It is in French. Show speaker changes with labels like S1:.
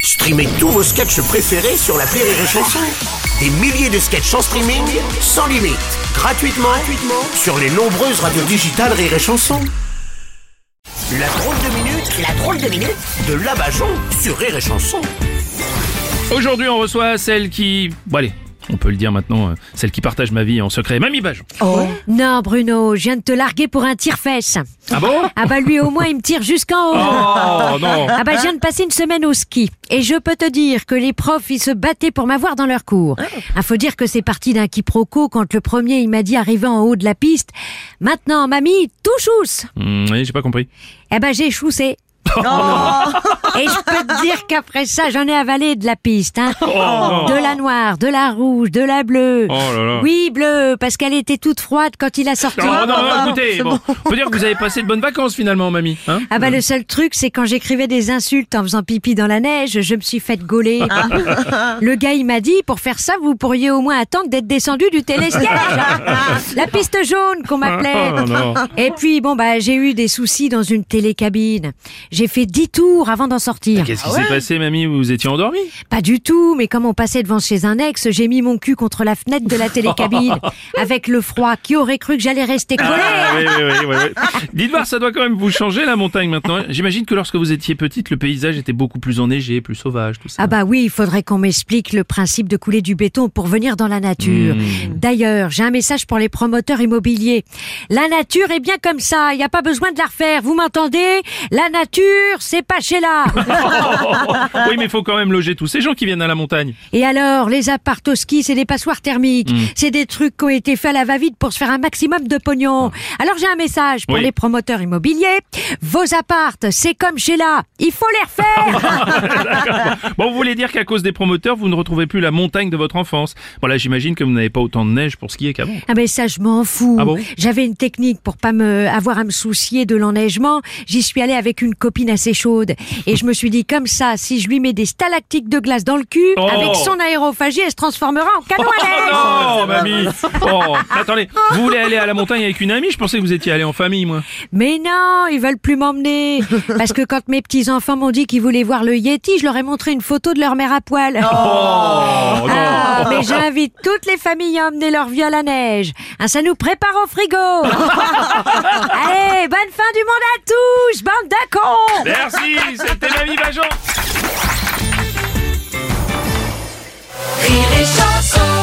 S1: Streamez tous vos sketchs préférés sur la Rire et Chanson. Des milliers de sketchs en streaming, sans limite, gratuitement, gratuitement sur les nombreuses radios digitales Rire et Chanson. La drôle de minute, la drôle de minute de Labajon sur Rire et Chanson.
S2: Aujourd'hui, on reçoit celle qui. Bon, allez, on peut le dire maintenant, euh, celle qui partage ma vie en secret, Mamie Bajon.
S3: Non, Bruno, je viens de te larguer pour un tire-fesse.
S2: Ah bon
S3: Ah bah lui, au moins, il me tire jusqu'en haut.
S2: Oh non
S3: Ah bah je viens de passer une semaine au ski et je peux te dire que les profs ils se battaient pour m'avoir dans leur cours. Ah, faut dire que c'est parti d'un quiproquo quand le premier il m'a dit arrivé en haut de la piste. Maintenant mamie touchous.
S2: Hmm, Oui, j'ai pas compris.
S3: Eh ben j'ai échoussé.
S2: Oh.
S3: Et je peux te dire qu'après ça j'en ai avalé de la piste. Hein.
S2: non.
S3: de la noire, de la rouge, de la bleue.
S2: Oh là là.
S3: Oui bleue parce qu'elle était toute froide quand il a sorti.
S2: Oh non, non, écoutez, bon, on peut dire que vous avez passé de bonnes vacances finalement, Mamie. Hein
S3: Ah bah le seul truc c'est quand j'écrivais des insultes en faisant pipi dans la neige, je me suis faite gauler.
S2: Ah.
S3: Le gars il m'a dit pour faire ça vous pourriez au moins attendre d'être descendu du télésiège. la piste jaune qu'on m'appelait.
S2: Oh non.
S3: Et puis bon bah j'ai eu des soucis dans une télécabine. J'ai fait dix tours avant d'en sortir.
S2: Qu'est-ce qui s'est passé, Mamie Vous vous étiez endormie
S3: Pas du tout, mais comme on passait devant chez un ex, j'ai mis mon cul contre la fenêtre de la télécabine avec le froid. Qui aurait cru que j'allais rester collée
S2: Ah, oui, oui, oui, oui, oui. Dites voir, ça doit quand même vous changer la montagne maintenant. J'imagine que lorsque vous étiez petite, le paysage était beaucoup plus enneigé, plus sauvage, tout ça.
S3: Ah bah oui, il faudrait qu'on m'explique le principe de couler du béton pour venir dans la nature.
S2: Hmm.
S3: D'ailleurs, j'ai un message pour les promoteurs immobiliers. La nature est bien comme ça, il n'y a pas besoin de la refaire, vous m'entendez La nature, c'est pas chez là
S2: Oui, mais il faut quand même loger tous ces gens qui viennent à la montagne.
S3: Et alors, les apparts au ski, c'est des passoires thermiques,
S2: Mm.
S3: c'est des trucs qui ont été faits à la va-vite pour se faire un maximum de pognon. Alors j'ai un message pour
S2: Mm. Oui.
S3: les promoteurs immobiliers. Vos apparts, c'est comme chez là, il faut les refaire
S2: Bon, vous voulez dire qu'à cause des promoteurs, vous ne retrouvez plus la montagne de votre enfance. Voilà, j'imagine que vous n'avez pas autant de neige pour skier qu'avant.
S3: Ah mais ça je m'en fous.
S2: Ah bon
S3: J'avais une technique pour pas me avoir à me soucier de l'enneigement. J'y suis allée avec une copine assez chaude et je me suis dit comme ça si je lui mets des stalactites de glace dans le cul
S2: Oh
S3: avec son aérophagie elle se transformera en canon à neige.
S2: Oh non, mamie Oh, attendez, vous voulez aller à la montagne avec une amie Je pensais que vous étiez allé en famille, moi.
S3: Mais non, ils veulent plus m'emmener parce que quand mes petits enfants m'ont dit qu'ils voulaient voir le Yeti, je leur ai montré une photo de leur mère à poil.
S2: Oh non
S3: Ah, mais j'invite toutes les familles à emmener leur vie à la neige. Hein, ça nous prépare au frigo. Allez, bonne fin du monde à tous, bande de cons
S2: Merci, c'était Mamie Bajon
S4: Rire et chanson